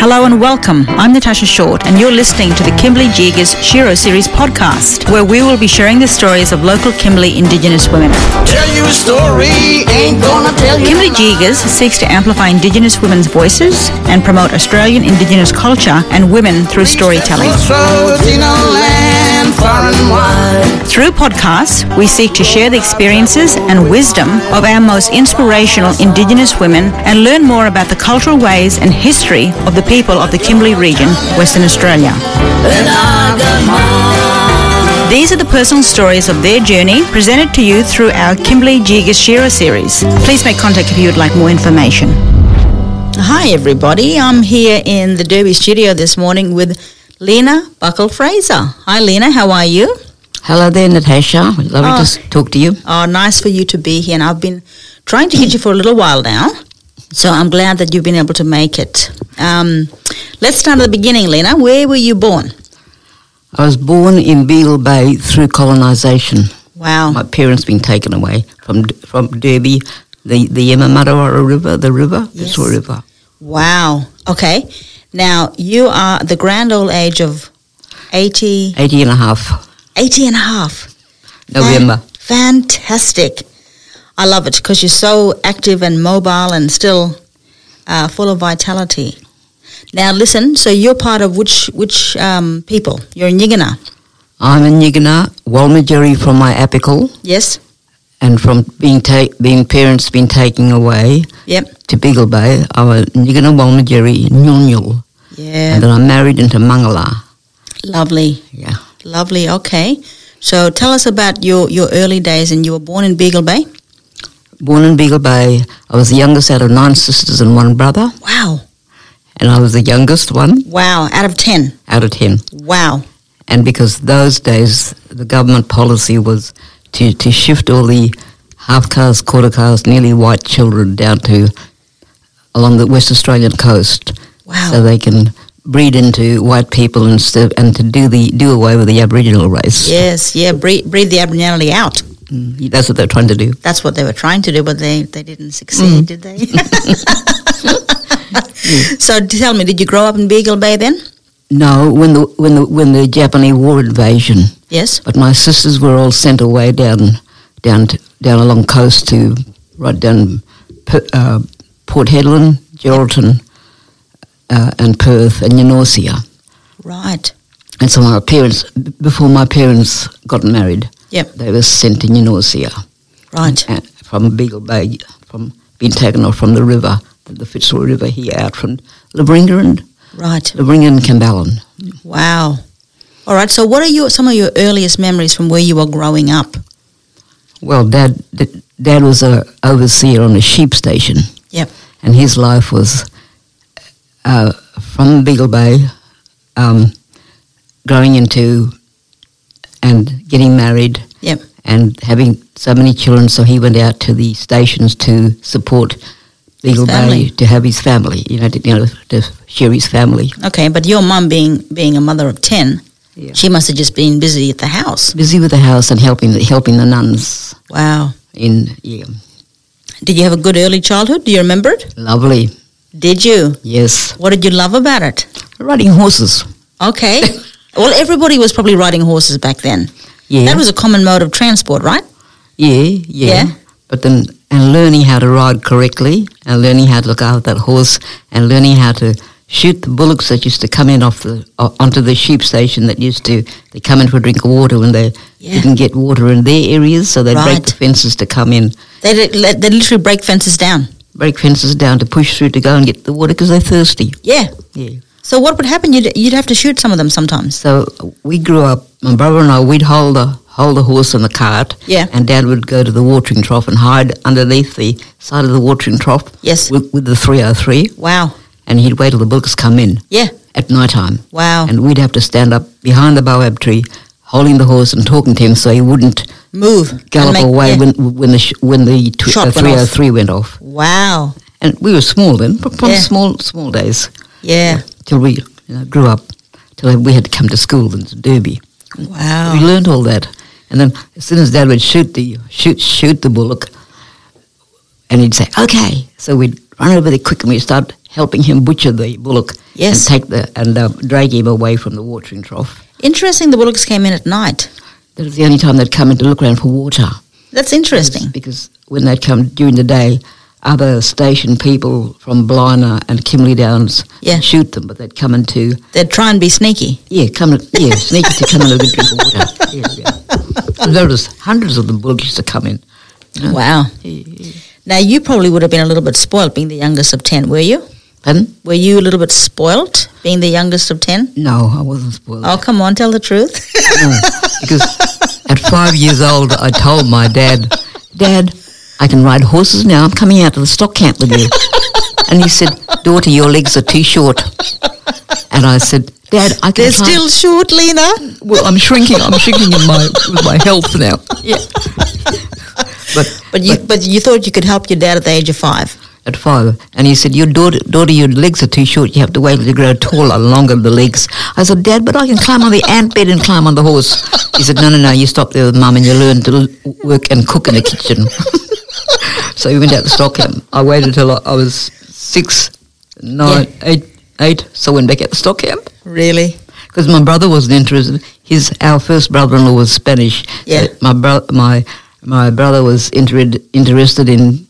Hello and welcome. I'm Natasha Short, and you're listening to the Kimberley Jigas Shiro Series podcast, where we will be sharing the stories of local Kimberley Indigenous women. Tell you a story, ain't gonna tell you. Kimberley Jigas seeks to amplify Indigenous women's voices and promote Australian Indigenous culture and women through storytelling. Crossroads in our land, far and wide. Through podcasts, we seek to share the experiences and wisdom of our most inspirational Indigenous women and learn more about the cultural ways and history of the people of the Kimberley region, Western Australia. And I got mine. These are the personal stories of their journey presented to you through our Kimberley Jigashira series. Please make contact if you would like more information. Hi, everybody. I'm here in the Derby studio this morning with Lena Buckle Fraser. Hi, Lena. How are you? Hello there, Natasha. Lovely Oh. to s- talk to you. Oh, nice for you to be here. And I've been trying to get you for a little while now. So I'm glad that you've been able to make it. Um, let's start at the beginning, Lena. Where were you born? I was born in Beagle Bay through colonisation. Wow. My parents been taken away from D- from Derby, the the Yamamatawara River, the river, the Saw Yes. River. Wow. Okay. Now, you are the grand old age of 80, 80 and a half, 80 and a half. November. Fan- fantastic. I love it because you're so active and mobile and still uh, full of vitality. Now, listen, so you're part of which, which um, people? You're in Yigana, I'm in Yigana, Walmajeri from my apical yes? and from being ta- being parents been taken away Yep. to Beagle Bay. I was Yigana, Walmajeri, Nyunyul. Yeah. And then I married into Mangala. Lovely. Yeah. Lovely. Okay. So tell us about your, your early days and you were born in Beagle Bay? Born in Beagle Bay, I was the youngest out of nine sisters and one brother. Wow. and I was the youngest one Wow. Out of 10. out of 10. Wow. And because those days the government policy was to, to shift all the half caste, quarter caste, nearly white children down to along the West Australian coast Wow. so they can breed into white people and, st- and to do the do away with the Aboriginal race. yes. Yeah. Breathe, breathe the abnormality out. Mm, That's what they're trying to do. That's what they were trying to do, but they, they didn't succeed, did they? so tell me, did you grow up in Beagle Bay then? No, when the when the when the Japanese war invasion Yes. But my sisters were all sent away down, down, to, down along coast to right down P- uh, Port Hedland, Geraldton, uh, and Perth and Eunorcia. Right. And so my parents, b- before my parents got married, Yep. they were sent to Eunorcia Right. uh, from Beagle Bay, from being taken off from the river, the, the Fitzroy River here out from Labringa and Right. Labringa and Camballan. Wow. All right. So what are your some of your earliest memories from where you were growing up? Well, Dad, d- Dad was a overseer on a sheep station. Yep. And his life was uh, from Beagle Bay, um, growing into and getting married. Yep. And having so many children, so he went out to the stations to support Beagle Bay family. to have his family. You know, to, you know, to share his family. Okay, but your mum being being a mother of ten, Yeah. she must have just been busy at the house. Busy with the house and helping the, helping the nuns. Wow. In yeah, Did you have a good early childhood? Do you remember it? lovely. Did you? Yes, What did you love about it? riding horses. Okay. well, everybody was probably riding horses back then. Yeah, That was a common mode of transport, right? Yeah, yeah. Yeah. But then, and learning how to ride correctly, and learning how to look after that horse, and learning how to shoot the bullocks that used to come in off the o- onto the sheep station that used to they come in for a drink of water when they Yeah. didn't get water in their areas, so they'd break the Right. fences to come in, They did, let- they literally break fences down. break fences down to push through to go and get the water because they're thirsty. Yeah. Yeah. So what would happen? You'd you'd have to shoot some of them sometimes. So we grew up. My brother and I, we'd hold the hold the horse in the cart, Yeah. and Dad would go to the watering trough and hide underneath the side of the watering trough Yes. with, with the 303 Wow. and he'd wait till the bullocks come in Yeah. at night time Wow. and we'd have to stand up behind the baobab tree holding the horse and talking to him so he wouldn't Move. and gallop make- away yeah. when, when the, sh- when the tw- Shot uh, went off. 303 went off. Wow. And we were small then, pro- probably Yeah. small, small days, Yeah. till we you know, grew up, till we had to come to school and to Derby. We Wow. learned all that. And then as soon as Dad would shoot the, shoot, shoot the bullock, and he'd say, okay. So we'd run over there quick, and we start helping him butcher the bullock and Yes. take the and uh, drag him away from the watering trough. Interesting, the bullocks came in at night. That was the only time they'd come in to look around for water. That's interesting. Because when they'd come during the day, other station people from Blina and Kimberley Downs Yeah. shoot them, but they'd come in to They'd try and be sneaky. yeah, come and- yeah, sneak to come and have a drink of water. Yeah, yeah. And there was hundreds of them bullocks used to come in. Wow. Now, you probably would have been a little bit spoilt being the youngest of 10, were you? Pardon? Were you a little bit spoilt being the youngest of 10? No, I wasn't spoiled. Oh, come on, tell the truth. No, because at five years old, I told my dad, Dad, I can ride horses now. I'm coming out to the stock camp with you. And he said, Daughter, your legs are too short. And I said, Dad, I can They're climb- still short, Lena. well, I'm shrinking. I'm shrinking in my with my health now. Yeah. But But you, but you thought you could help your dad at the age of five. at five, and he said, "Your daughter, daughter, your legs are too short. You have to wait till you grow taller, longer the legs." I said, "Dad, but I can climb on the ant bed and climb on the horse." He said, "No, no, no. You stop there with mum, and you learn to l- work and cook in the kitchen." so we went out to Stockholm. I waited till I, I was six, nine, eight, eight. So I went back out to Stockholm Really? because my brother wasn't interested. His our first brother-in-law was Spanish. So Yeah. my bro- my my brother was inter- interested in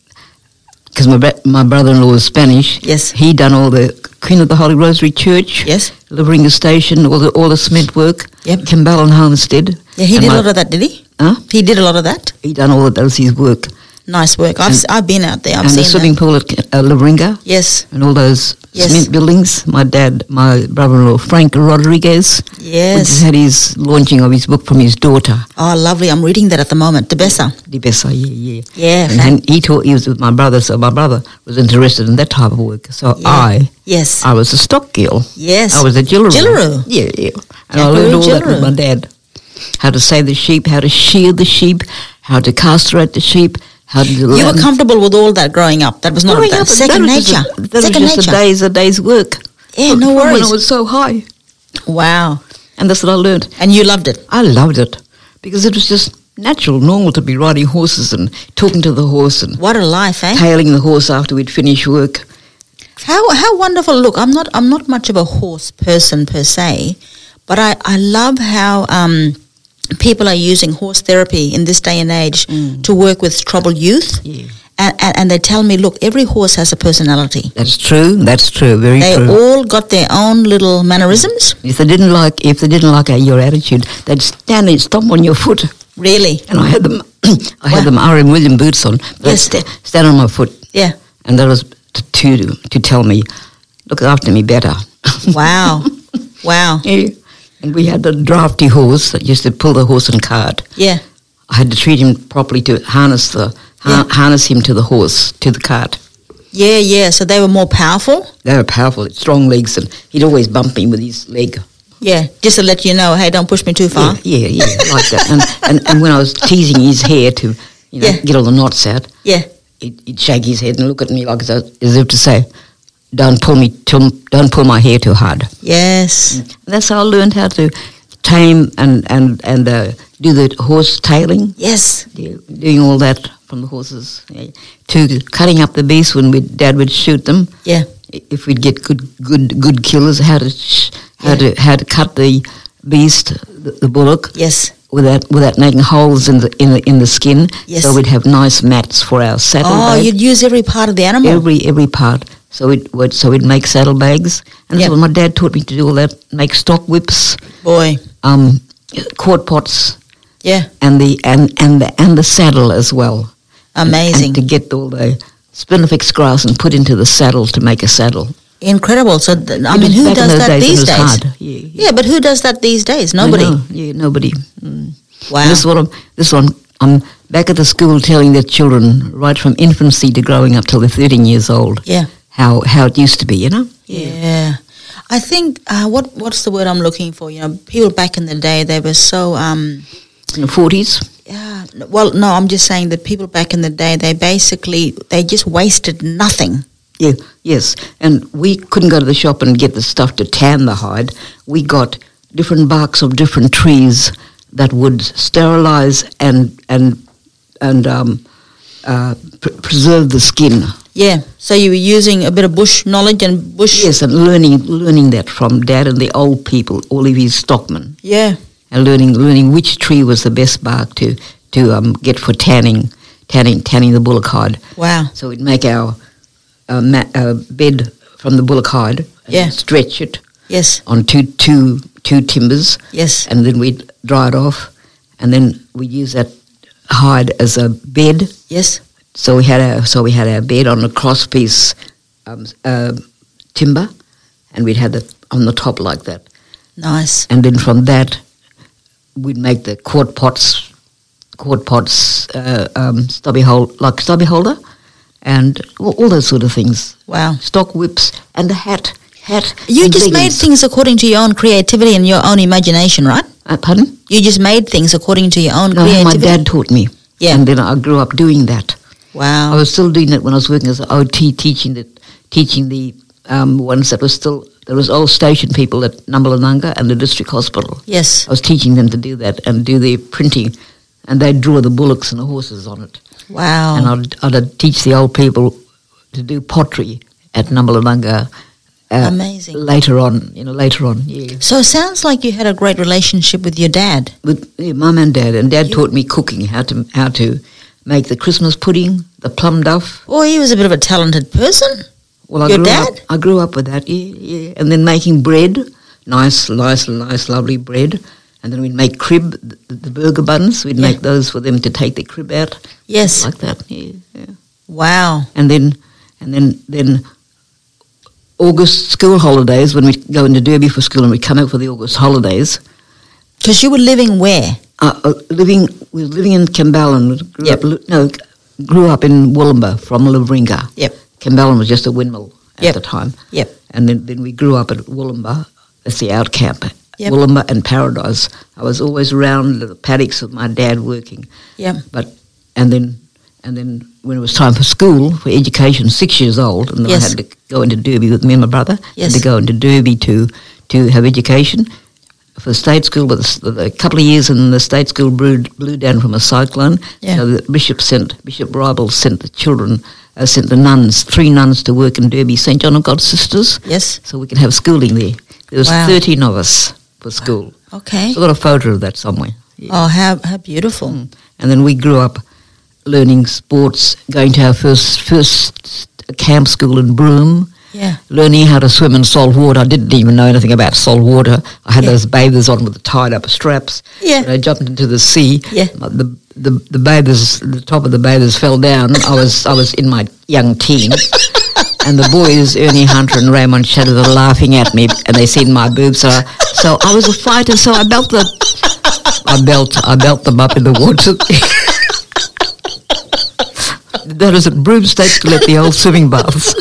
because my bra- my brother-in-law was Spanish. Yes. he done all the Queen of the Holy Rosary Church. Yes. Liveringa Station, all the all the cement work. Yep. Cambalon Homestead. Yeah, he And did my- a lot of that, did he? Huh? He did a lot of that. He done all of that was his work. Nice work. I've, s have been out there. I've and seen the that. swimming pool at uh, Liveringa Yes. and all those Yes. cement buildings. My dad, my brother-in-law Frank Rodriguez. We just Yes. had his launching of his book from his daughter, Oh, lovely. I'm reading that at the moment. Debessa. Debessa. Yeah, yeah. Yeah. And fan- then he taught. He was with my brother, so my brother was interested in that type of work. So yeah. I, Yes. I was a stock girl. yes. I Ah, was a jillaroo. Jillaroo. Yeah, yeah. And I Kangaroo learned all that jillaroo. with my dad. How to save the sheep, how to shear the sheep, how to castrate the sheep, how to. you were comfortable with all that growing up. That was not Growing that. up, second that was nature. just a- that second was just nature. a day's a day's work. Yeah, no From When worries. it was so high, wow. and that's what I learned. And you loved it. I loved it because it was just natural, normal to be riding horses and talking to the horse and What a life, eh? tailing the horse after we'd finish work. How how wonderful! Look, I'm not I'm not much of a horse person per se, but I I love how um, people are using horse therapy in this day and age to work with troubled youth. Yeah. And, and, and they tell me, look, every horse has a personality. That's true. That's true. Very They true. all got their own little mannerisms. if they didn't like, if they didn't like uh, your attitude, they'd stand and stomp on your foot. Really? And I had them, I had them R.M. William boots on. They'd Yes. sta- stand on my foot, Yeah. and that was t- to to tell me, look after me better. Wow. wow. yeah. And we had the drafty horse that used to pull the horse and cart. Yeah. I had to treat him properly to harness the har- harness him to the horse to the cart. Yeah. Yeah. So they were more powerful. They were powerful, strong legs, and he'd always bump me with his leg. Yeah. Just to let you know, hey, don't push me too far. Yeah, yeah, yeah, like that. And, and and when I was teasing his hair to, you know, Yeah. get all the knots out, Yeah. he'd, he'd shake his head and look at me like as, as if to say, "Don't pull me, too, don't pull my hair too hard." Yes. And that's how I learned how to tame and and and uh, do the horse tailing. Yes. do- doing all that from the horses eh, to cutting up the beasts when we, dad would shoot them Yeah. I- if we'd get good good good killers how to sh- how Yeah. to how to cut the beast the, the bullock Yes. without without making holes in the in the, in the skin Yes. so we'd have nice mats for our Oh, saddlebags you'd use every part of the animal. every every part so we'd, we'd so we'd make saddlebags and Yeah. so my dad taught me to do all that make stock whips Boy. um quart pots Yeah. and the and and the, and the saddle as well Amazing. and to get all the spinifex grass and put into the saddle to make a saddle. Incredible. So, th- I It mean, was who back in does those that days when these it days? was hard. Yeah, yeah. Yeah, but who does that these days? Nobody. I know. Yeah, nobody. Mm. Wow. This is what I'm. This one. I'm back at the school telling the children right from infancy to growing up till they're 13 years old Yeah. how how it used to be. You know. Yeah. I think uh, what what's the word I'm looking for? You know, people back in the day they were so um In the 40s. yeah, n- well no, I'm just saying that people back in the day they basically they just wasted nothing. Yeah. Yes. And we couldn't go to the shop and get the stuff to tan the hide. We got different barks of different trees that would sterilize and and and um, uh, pr- preserve the skin. Yeah. So you were using a bit of bush knowledge and bush. Yes, and learning learning that from Dad and the old people, all of his stockmen, Yeah. and learning learning which tree was the best bark to to um, get for tanning, tanning tanning the bullock hide. Wow. So we'd make our uh, ma- uh, bed from the bullock hide, and Yeah. stretch it Yes. on two two two timbers, Yes. and then we'd dry it off, and then we use that hide as a bed. Yes. So we had our so we had our bed on a crosspiece um, uh, timber, and we'd had it on the top like that, Nice. and then from that we'd make the quart pots, quart pots, uh, um, stubby hole like stubby holder, and all, all those sort of things, Wow. stock whips, and a hat, hat. You and just made leggings. things according to your own creativity and your own imagination, right? Uh, pardon? You just made things according to your own No, creativity. Oh, my dad taught me. Yeah. Oh. And then I grew up doing that. Wow. I was still doing that when I was working as an OT, teaching the, teaching the um, ones that were still, there was old station people at Numbalananga and the district hospital. yes. I was teaching them to do that and do the printing. And they'd draw the bullocks and the horses on it. Wow. And I'd, I'd teach the old people to do pottery at Numbalananga. Uh, Amazing. Later on, you know, later on, yeah. so it sounds like you had a great relationship with your dad. with yeah, mum and dad, and dad You- taught me cooking how to how to make the Christmas pudding, the plum duff. Well, he was a bit of a talented person. Well, I Your grew dad? up. I grew up with that, yeah, yeah. And then making bread, nice, nice, nice, lovely bread. And then we'd make crib, the, the burger buns. We'd Yeah. make those for them to take the crib out Yes. like that. Yeah, yeah. wow. And then, and then, then. August school holidays when we go into Derby for school and we come out for the August holidays. Because you were living where? uh, uh, living we were living in Cambalan. Grew Yep. up, li- no, grew up in Wollumba from Lavringa. Yep. Cambalan was just a windmill at Yep. the time. Yep. And then, then we grew up at Wollumba. That's the out camp. Yep. Wollumba and Paradise. I was always around the paddocks with my dad working. Yep. But and then and then when it was time for school for education, six years old, and then Yes. I had to go into Derby with me and my brother. Yes. Had to go into Derby to to have education for the state school. But the s- the- a couple of years in the state school blew, blew down from a cyclone. Yeah. So the bishop sent Bishop Ribal sent the children. Uh, sent the nuns, three nuns, to work in Derby, St John of God Sisters, Yes. so we can have schooling there. There was Wow. thirteen of us for school. Okay. I've got a photo of that somewhere. Oh, how, how beautiful. And then we grew up learning sports, going to our first first camp school in Broome, Yeah. learning how to swim in salt water. I didn't even know anything about salt water. I had Yeah. those bathers on with the tied up straps. Yeah. And I jumped into the sea. Yeah. The, the the bathers the top of the bathers fell down. I was I was in my young teens. And the boys, Ernie Hunter and Raymond Shadow, were laughing at me, and they seen my boobs. So I, so I was a fighter, so I belt the, I belt, I belt them up in the water. that was at Broome State School at the old swimming baths.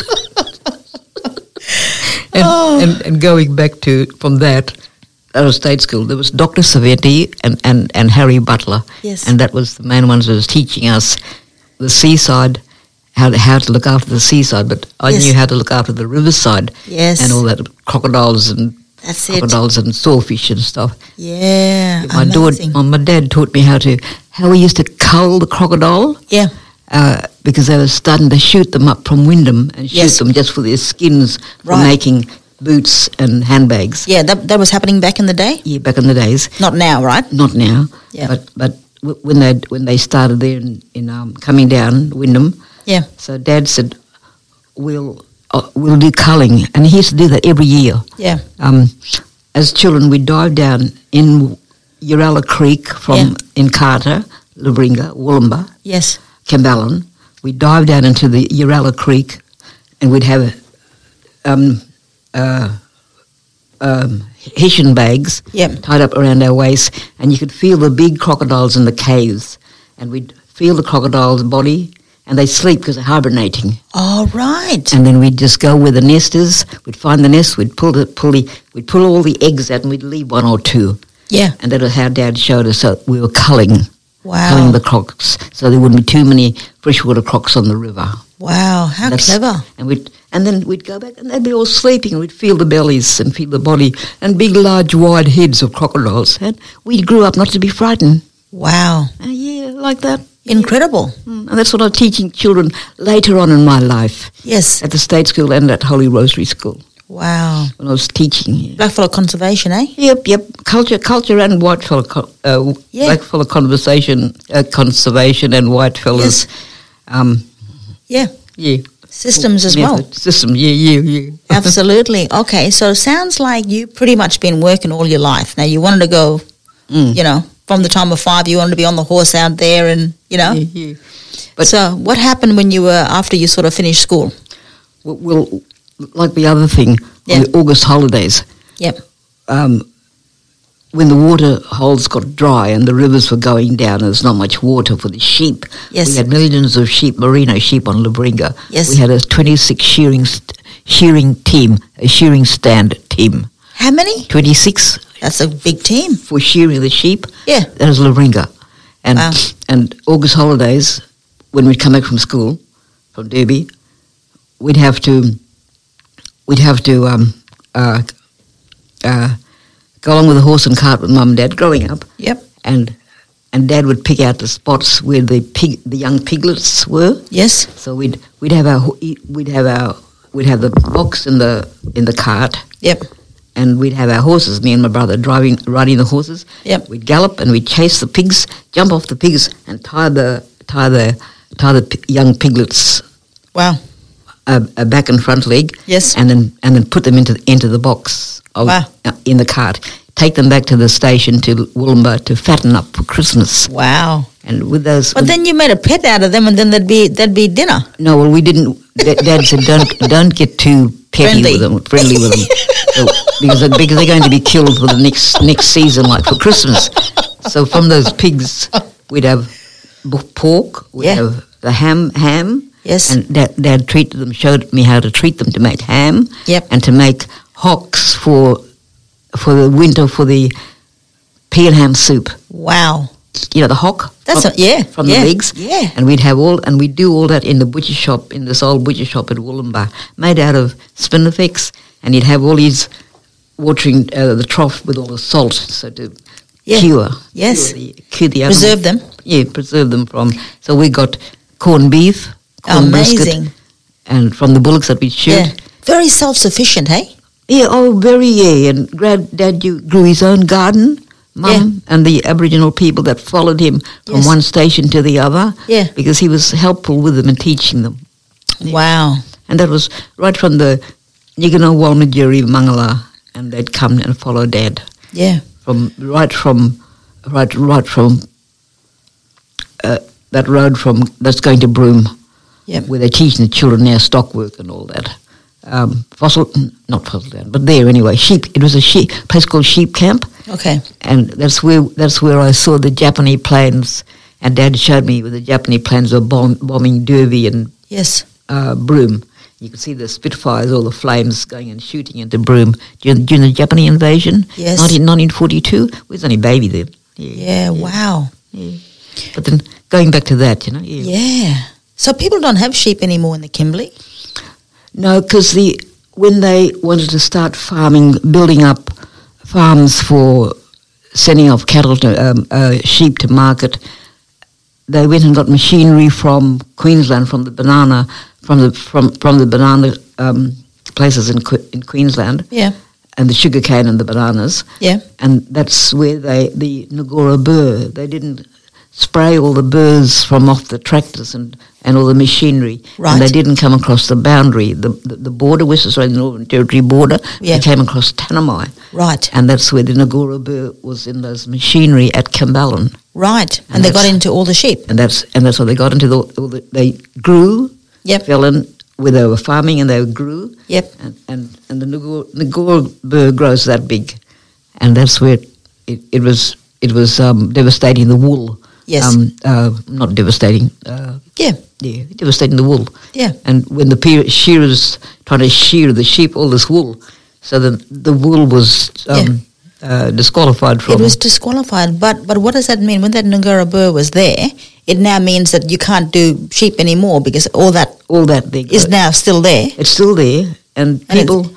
and, and, and going back to from that, that was state school. There was Dr. Savetti and, and, and Harry Butler. Yes. And that was the main ones that was teaching us the seaside, how to, how to look after the seaside. But I Yes. knew how to look after the riverside Yes. and all that crocodiles and That's it. crocodiles and sawfish and stuff. Yeah. My, amazing. dad, my, my dad taught me how to how we used to cull the crocodile Yeah. uh, because they were starting to shoot them up from Wyndham and shoot Yes. them just for their skins for Right. making boots and handbags. Yeah, that, that was happening back in the day? Yeah, back in the days, Not now, right? not now. Yeah. But but w- when they when they started there in, in um, coming down Wyndham, Yeah. so Dad said, "We'll uh, we'll do culling," and he used to do that every year. Yeah. Um, as children, we dived down in Uralla Creek from in Carter, Labringa, Wollumba, Yes. Cambalan. We dived down into the Uralla Creek, and we'd have um, uh, um, Hessian bags Yep. tied up around our waist, and you could feel the big crocodiles in the caves, and we'd feel the crocodile's body, and they sleep because they're hibernating. All right. And then we'd just go where the nest is. We'd find the nest. We'd pull the pull the we'd pull all the eggs out, and we'd leave one or two. Yeah. And that was how Dad showed us that we were culling, Wow. culling the crocs, so there wouldn't be too many freshwater crocs on the river. wow. How That's- clever. And we'd and then we'd go back, and they'd be all sleeping. and We'd feel the bellies and feel the body, and big, large, wide heads of crocodiles. And we grew up not to be frightened. Wow. Uh, yeah, like that. Mm. Incredible. And that's what I'm teaching children later on in my life Yes. at the state school and at Holy Rosary School Wow. when I was teaching here. Blackfellow conservation, eh? Yep, yep. Culture, culture, and white fellow, co- uh, Yeah. black fellow conversation, uh, conservation, and white fellows. Um, Yeah. yeah, Systems as well. method, System, yeah, yeah, yeah. Absolutely. Okay. So it sounds like you pretty much been working all your life. Now you wanted to go, Mm. you know, from the time of five, you wanted to be on the horse out there, and you know. yeah, yeah. but- so what happened when you were after you sort of finished school? Well, well, like the other thing, Yeah. the August holidays. Yep. Um, when the water holes got dry and the rivers were going down, and there's not much water for the sheep. Yes. We had millions of sheep, merino sheep on Labringa. Yes. We had a 26 shearing, st- shearing team, a shearing stand team. How many? 26 That's a big team. for shearing the sheep. Yeah. That was Labringa. And, Wow. and August holidays, when we'd come back from school, from Derby, we'd have to, we'd have to um, uh, uh, go along with the horse and cart with mum and dad growing up. Yep. And, and dad would pick out the spots where the, pig, the young piglets were. Yes. So we'd, we'd have our, ho- eat- we'd have our, we'd have the box in the, in the cart Yep. and we'd have our horses, me and my brother, driving, riding the horses. Yep. We'd gallop and we'd chase the pigs, jump off the pigs, and tie the tie the tie the p- young piglets Wow. a, a back and front leg. Yes. And then and then put them into into the box of, Wow. uh, in the cart. Take them back to the station to Wollumba to fatten up for Christmas. Wow. And with those, But then you made a pet out of them, and then there'd be there'd be dinner. no, well, we didn't. Da- Dad said, "Don't don't get too petty Friendly. with them, friendly with them, So, because they- because they're going to be killed for the next next season, like for Christmas." So from those pigs, we'd have b- pork, we'd Yeah. have the ham, ham, Yes. and Dad, Dad treated them, showed me how to treat them to make ham, Yep. and to make hocks for for the winter for the peel ham soup. wow. You know the hock. That's from, a, yeah. from yeah, the legs. Yeah. And we'd have all, and we'd do all that in the butcher shop, in this old butcher shop at Wollumbar, made out of spinifex. And you'd have all these watering, uh, the trough with all the salt, so to Yeah. cure. Yes. Cure the, cure the animal. Preserve them. Yeah, preserve them from. So we got corned beef, corned Amazing. brisket, and from the bullocks that we shoot. Yeah. Very self sufficient, hey? Yeah, oh, very, yeah. And granddad you grew his own garden, mum, and the Aboriginal people that followed him from Yes. one station to the other. Yeah. Because he was helpful with them and teaching them. Wow. And that was right from the Nigano Walmajuri Mangala, and they'd come and follow dad Yeah. from right from right right from uh, that road from that's going to Broome, Yep. where they're teaching the children now stock work and all that. Um, fossil, not fossil down, but there anyway. Sheep. It was a sheep place called Sheep Camp, Okay. and that's where that's where I saw the Japanese planes. And Dad showed me where the Japanese planes were bomb, bombing Derby and Yes. uh, Broome. You could see the Spitfires, all the flames going and shooting into Broome during, during the Japanese invasion, Yes. 19, 1942. We was only baby then. Yeah. Wow. But then going back to that, you know, yeah. Yeah. So people don't have sheep anymore in the Kimberley. No, because the when they wanted to start farming, building up farms for sending off cattle to um, uh, sheep to market, they went and got machinery from Queensland, from the banana, from the from from the banana um, places in Que- in Queensland, Yeah. and the sugar cane and the bananas, Yeah. and that's where they the Ngora burr. They didn't spray all the burrs from off the tractors and, and all the machinery. Right. And they didn't come across the boundary, the the, the border, West Australian Northern Territory border. Yeah. They came across Tanami, Right. and that's where the Ngora burr was in those machinery at Cambalan, Right. And, And they got that's- into all the sheep. and that's and that's how they got into the, all the they grew, Yep. fell in where they were farming and they grew. Yep. and and, and the Ngor Ngor bird grows that big, and that's where it, it was it was um, devastating the wool. Yes. um, uh, not devastating. Uh, Yeah. yeah, devastating the wool. Yeah. and when the pe- shearers trying to shear the sheep, all this wool, so the the wool was um, uh, disqualified from. It was disqualified. But but what does that mean? When that Ngara burr was there, it now means that you can't do sheep anymore because all that all that there is now still there. It's still there, and And it's- people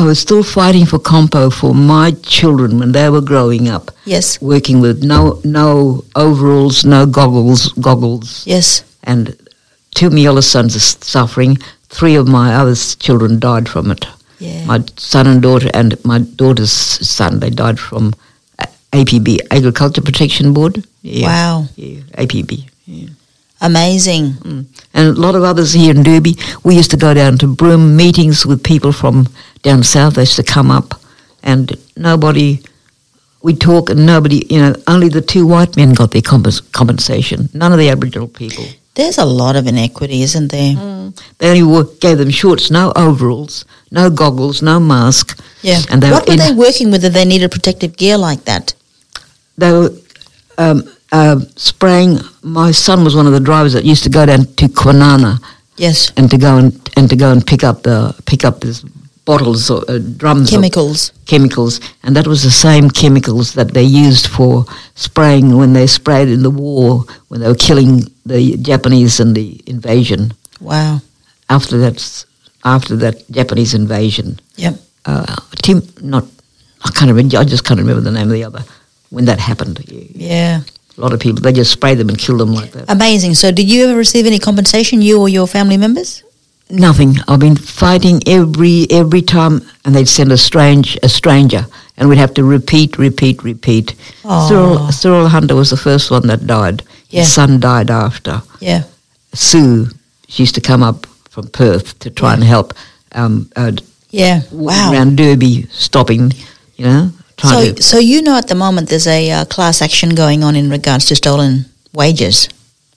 I was still fighting for compo for my children when they were growing up, Yes. working with no no overalls, no goggles, goggles, Yes. and two of my elder sons are s- suffering. Three of my other s- children died from it. Yeah. My son and daughter, and my daughter's son, they died from A- APB, Agriculture Protection Board. Yeah. Wow. Yeah, APB. Amazing. and a lot of others here in Derby. We used to go down to Broome meetings with people from down south. They used to come up, and nobody. We talk, and nobody, you know, only the two white men got their compens- compensation. None of the Aboriginal people. There's a lot of inequity, isn't there? They only wore, gave them shorts, no overalls, no goggles, no mask. Yeah. and they what were were in, they working with that they needed protective gear like that? they were um, uh, spraying. My son was one of the drivers that used to go down to Quinana Yes. and to go and, and to go and pick up the pick up this bottles or uh, drums of Chemicals. chemicals and that was the same chemicals that they used for spraying when they sprayed in the war when they were killing the Japanese and the invasion Wow. after that after that Japanese invasion Yep. uh, Tim not I can't remember I just can't remember the name of the other when that happened a Yeah. lot of people they just sprayed them and killed them like that Amazing. So, did you ever receive any compensation, you or your family members? Nothing. I've been fighting every every time, and they'd send a strange a stranger, and we'd have to repeat, repeat, repeat. Aw. Cyril Cyril Hunter was the first one that died. Yeah. His son died after. Yeah. Sue, she used to come up from Perth to try and help um, uh, Yeah. Wow. around Derby, stopping, you know, trying So, to. so you know at the moment there's a uh, class action going on in regards to stolen wages.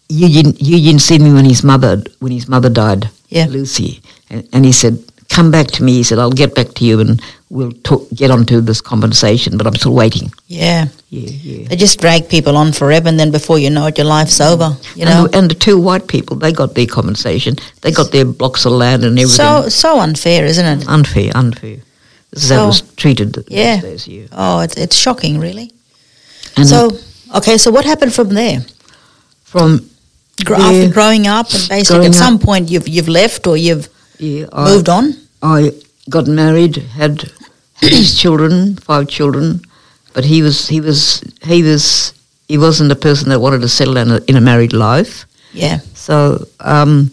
Eugene Eugene seen me when his mother when his mother died. Yeah. Lucy, and, and he said, "Come back to me." He said, "I'll get back to you, and we'll talk, get onto this compensation." But I'm still waiting. Yeah. Yeah, yeah. They just drag people on forever, and then before you know it, your life's over. You Mm-hmm. know. and, the, and the two white people, they got their compensation. They got their blocks of land and everything. so so unfair, isn't it? unfair, unfair. This is how So- it was treated th- Yeah. these days. Yeah. Oh, it's, it's shocking, really. And so okay, so what happened from there? from Gr- Yeah. After growing up, and basically Growing at up. Oh. some point you've you've left or you've yeah, I, moved on. I got married, had his children, five children, but he was he was he was he wasn't a person that wanted to settle in a, in a married life. Yeah, So um,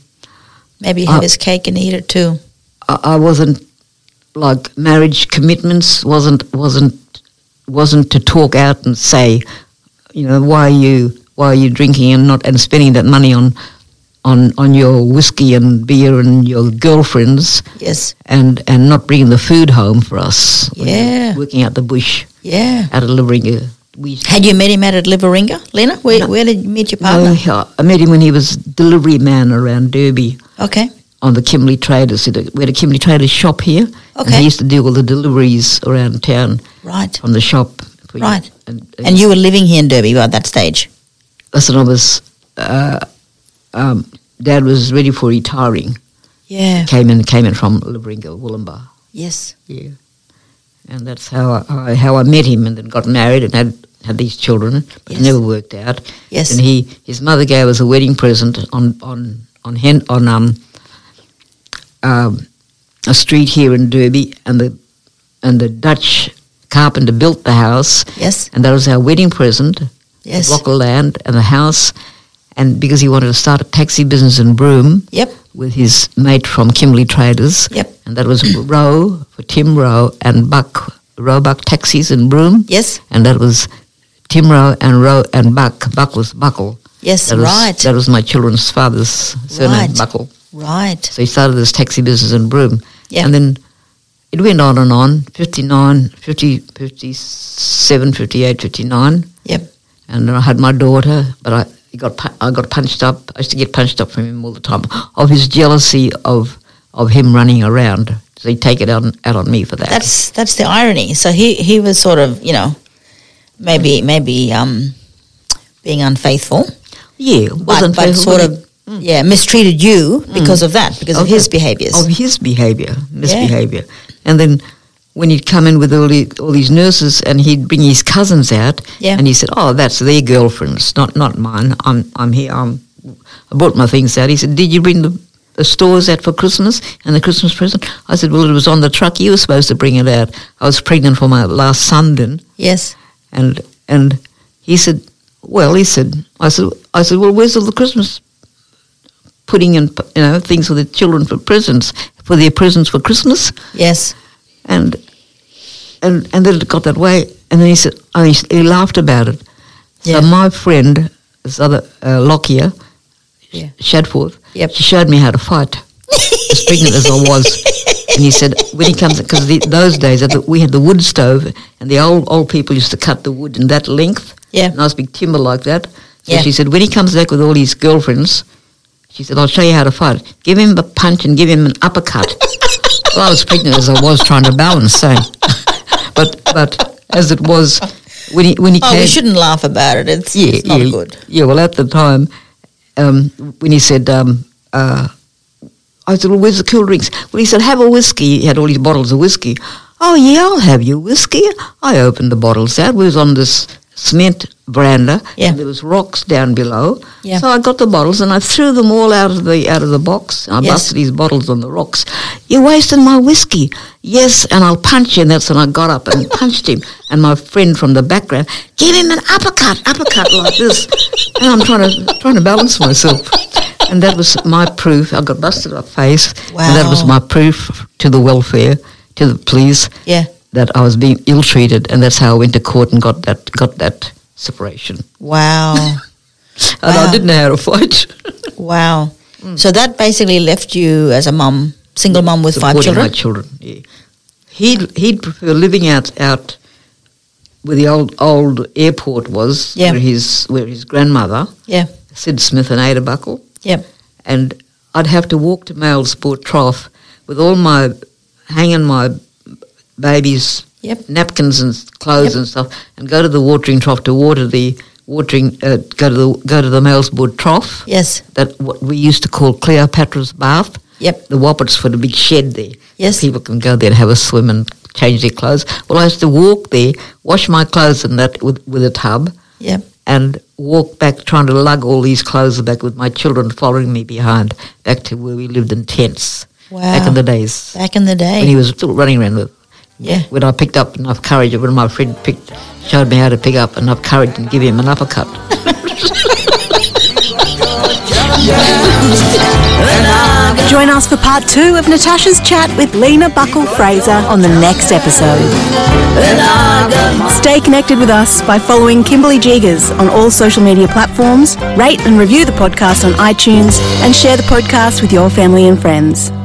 maybe have Uh, his cake and eat it too. I, I wasn't like marriage commitments wasn't wasn't wasn't to talk out and say, you know, why are you why are you drinking and not and spending that money on on on your whiskey and beer and your girlfriends Yes. and and not bringing the food home for us. when you're Yeah. working out the bush Yeah. out of Liveringa. We Had you met him out at Liveringa, Lena? Where, No. where did you meet your no, partner? I met him when he was delivery man around Derby. Okay. on the Kimberley Traders. you know, We had a Kimberley Traders shop here, and Okay. he used to do all the deliveries around town Right. from the shop. for you. Right. And, And you were living here in Derby by that stage. listen, I was, uh, um, Dad was ready for retiring. Yeah. Came in, came in from Libringa, Wollumbar. Yes. Yeah, and that's how I, I how I met him, and then got married and had had these children, but Yes. it never worked out. Yes. and he his mother gave us a wedding present on on on hen, on um, um a street here in Derby, and the and the Dutch carpenter built the house, Yes. and that was our wedding present, Yes. block of land and the house, and because he wanted to start a taxi business in Broome Yep. with his mate from Kimberley Traders. Yep. And that was Rowe for Tim Rowe and Buck Rowe Buck Taxis in Broome. Yes. And that was Tim Rowe and Rowe and Buck. Buck was Buckle. Yes. That was, right. That was my children's father's surname, Right. Buckle. right. So he started this taxi business in Broome. Yeah. And then it went on and on 59, 50, 57, 58, 59. Yep. And then I had my daughter, but I he got pu- I got punched up. I used to get punched up from him all the time of his jealousy of of him running around. So he'd take it out, on- out on me for that. That's that's the irony. So he he was sort of you know maybe maybe um being unfaithful, yeah, but, wasn't but faithful, sort but Mm. of yeah mistreated you because of that because of, his behaviours. of his behaviour, misbehaviour. And then when he'd come in with all, the, all these nurses and he'd bring his cousins out Yeah. and he said, oh, that's their girlfriends, not, not mine. I'm, I'm here. I'm, I brought my things out. He said, did you bring the, the stores out for Christmas and the Christmas present? I said, well, it was on the truck. You were supposed to bring it out. I was pregnant for my last son then. Yes. And and he said, well, he said, I said, I said, well, where's all the Christmas pudding and you know things for the children for presents for their presents for Christmas? Yes. And and and then it got that way. And then he said, I mean, he laughed about it. Yeah. So my friend, this other uh, Lockyer, Yeah. Shadforth, Yep. she showed me how to fight, as pregnant as I was. And he said, when he comes, because those days I thought we had the wood stove, and the old old people used to cut the wood in that length, Yeah. nice big timber like that. So Yeah. she said, when he comes back with all his girlfriends, she said, I'll show you how to fight. Give him a punch and give him an uppercut. well, I was pregnant as I was trying to balance, so. but but as it was, when he when he Oh, came, we shouldn't laugh about it. It's, yeah, it's not yeah, good. Yeah, well, at the time, um, when he said, um, uh, I said, well, where's the cool drinks? Well, he said, have a whiskey. He had all these bottles of whiskey. Oh, yeah, I'll have your whiskey. I opened the bottles out. We was on this cement veranda. Yeah. and there was rocks down below. Yeah. So I got the bottles and I threw them all out of the out of the box. I Yes. busted these bottles on the rocks. You're wasting my whiskey. Yes, and I'll punch you. And that's when I got up and punched him. And my friend from the background gave him an uppercut, uppercut like this. And I'm trying to trying to balance myself. And that was my proof. I got busted up face. And that was Wow. my proof to the welfare, to the police, Yeah. that I was being ill treated. And that's how I went to court and got that got that separation. Wow. And Wow. I didn't know how to fight. wow. Mm. So that basically left you as a mum, single mum with five supporting children. My children. Yeah. He'd he'd prefer living out out where the old old airport was. Yeah. Where his where his grandmother Yeah. Sid Smith and Ada Buckle. Yep. And I'd have to walk to Malesport Trough with all my hanging my babies Yep. napkins and s- clothes Yep. and stuff, and go to the watering trough to water the watering. Uh, go to the go to the Malesport Trough Yes. that what we used to call Cleopatra's Bath. Yep. The Wappets for the big shed there. Yes. People can go there and have a swim and change their clothes. Well, I used to walk there, wash my clothes in that with, with a tub, Yep. and walk back trying to lug all these clothes back with my children following me behind back to where we lived in tents back Wow. in the days Back in the when he day. was still running around with. Ah. Yeah. When I picked up enough courage, when my friend picked, showed me how to pick up enough courage and give him an uppercut. Join us for part two of Natasha's chat with Lena Buckle Fraser on the next episode. Stay connected with us by following Kimberly Jegers on all social media platforms, rate and review the podcast on iTunes, and share the podcast with your family and friends.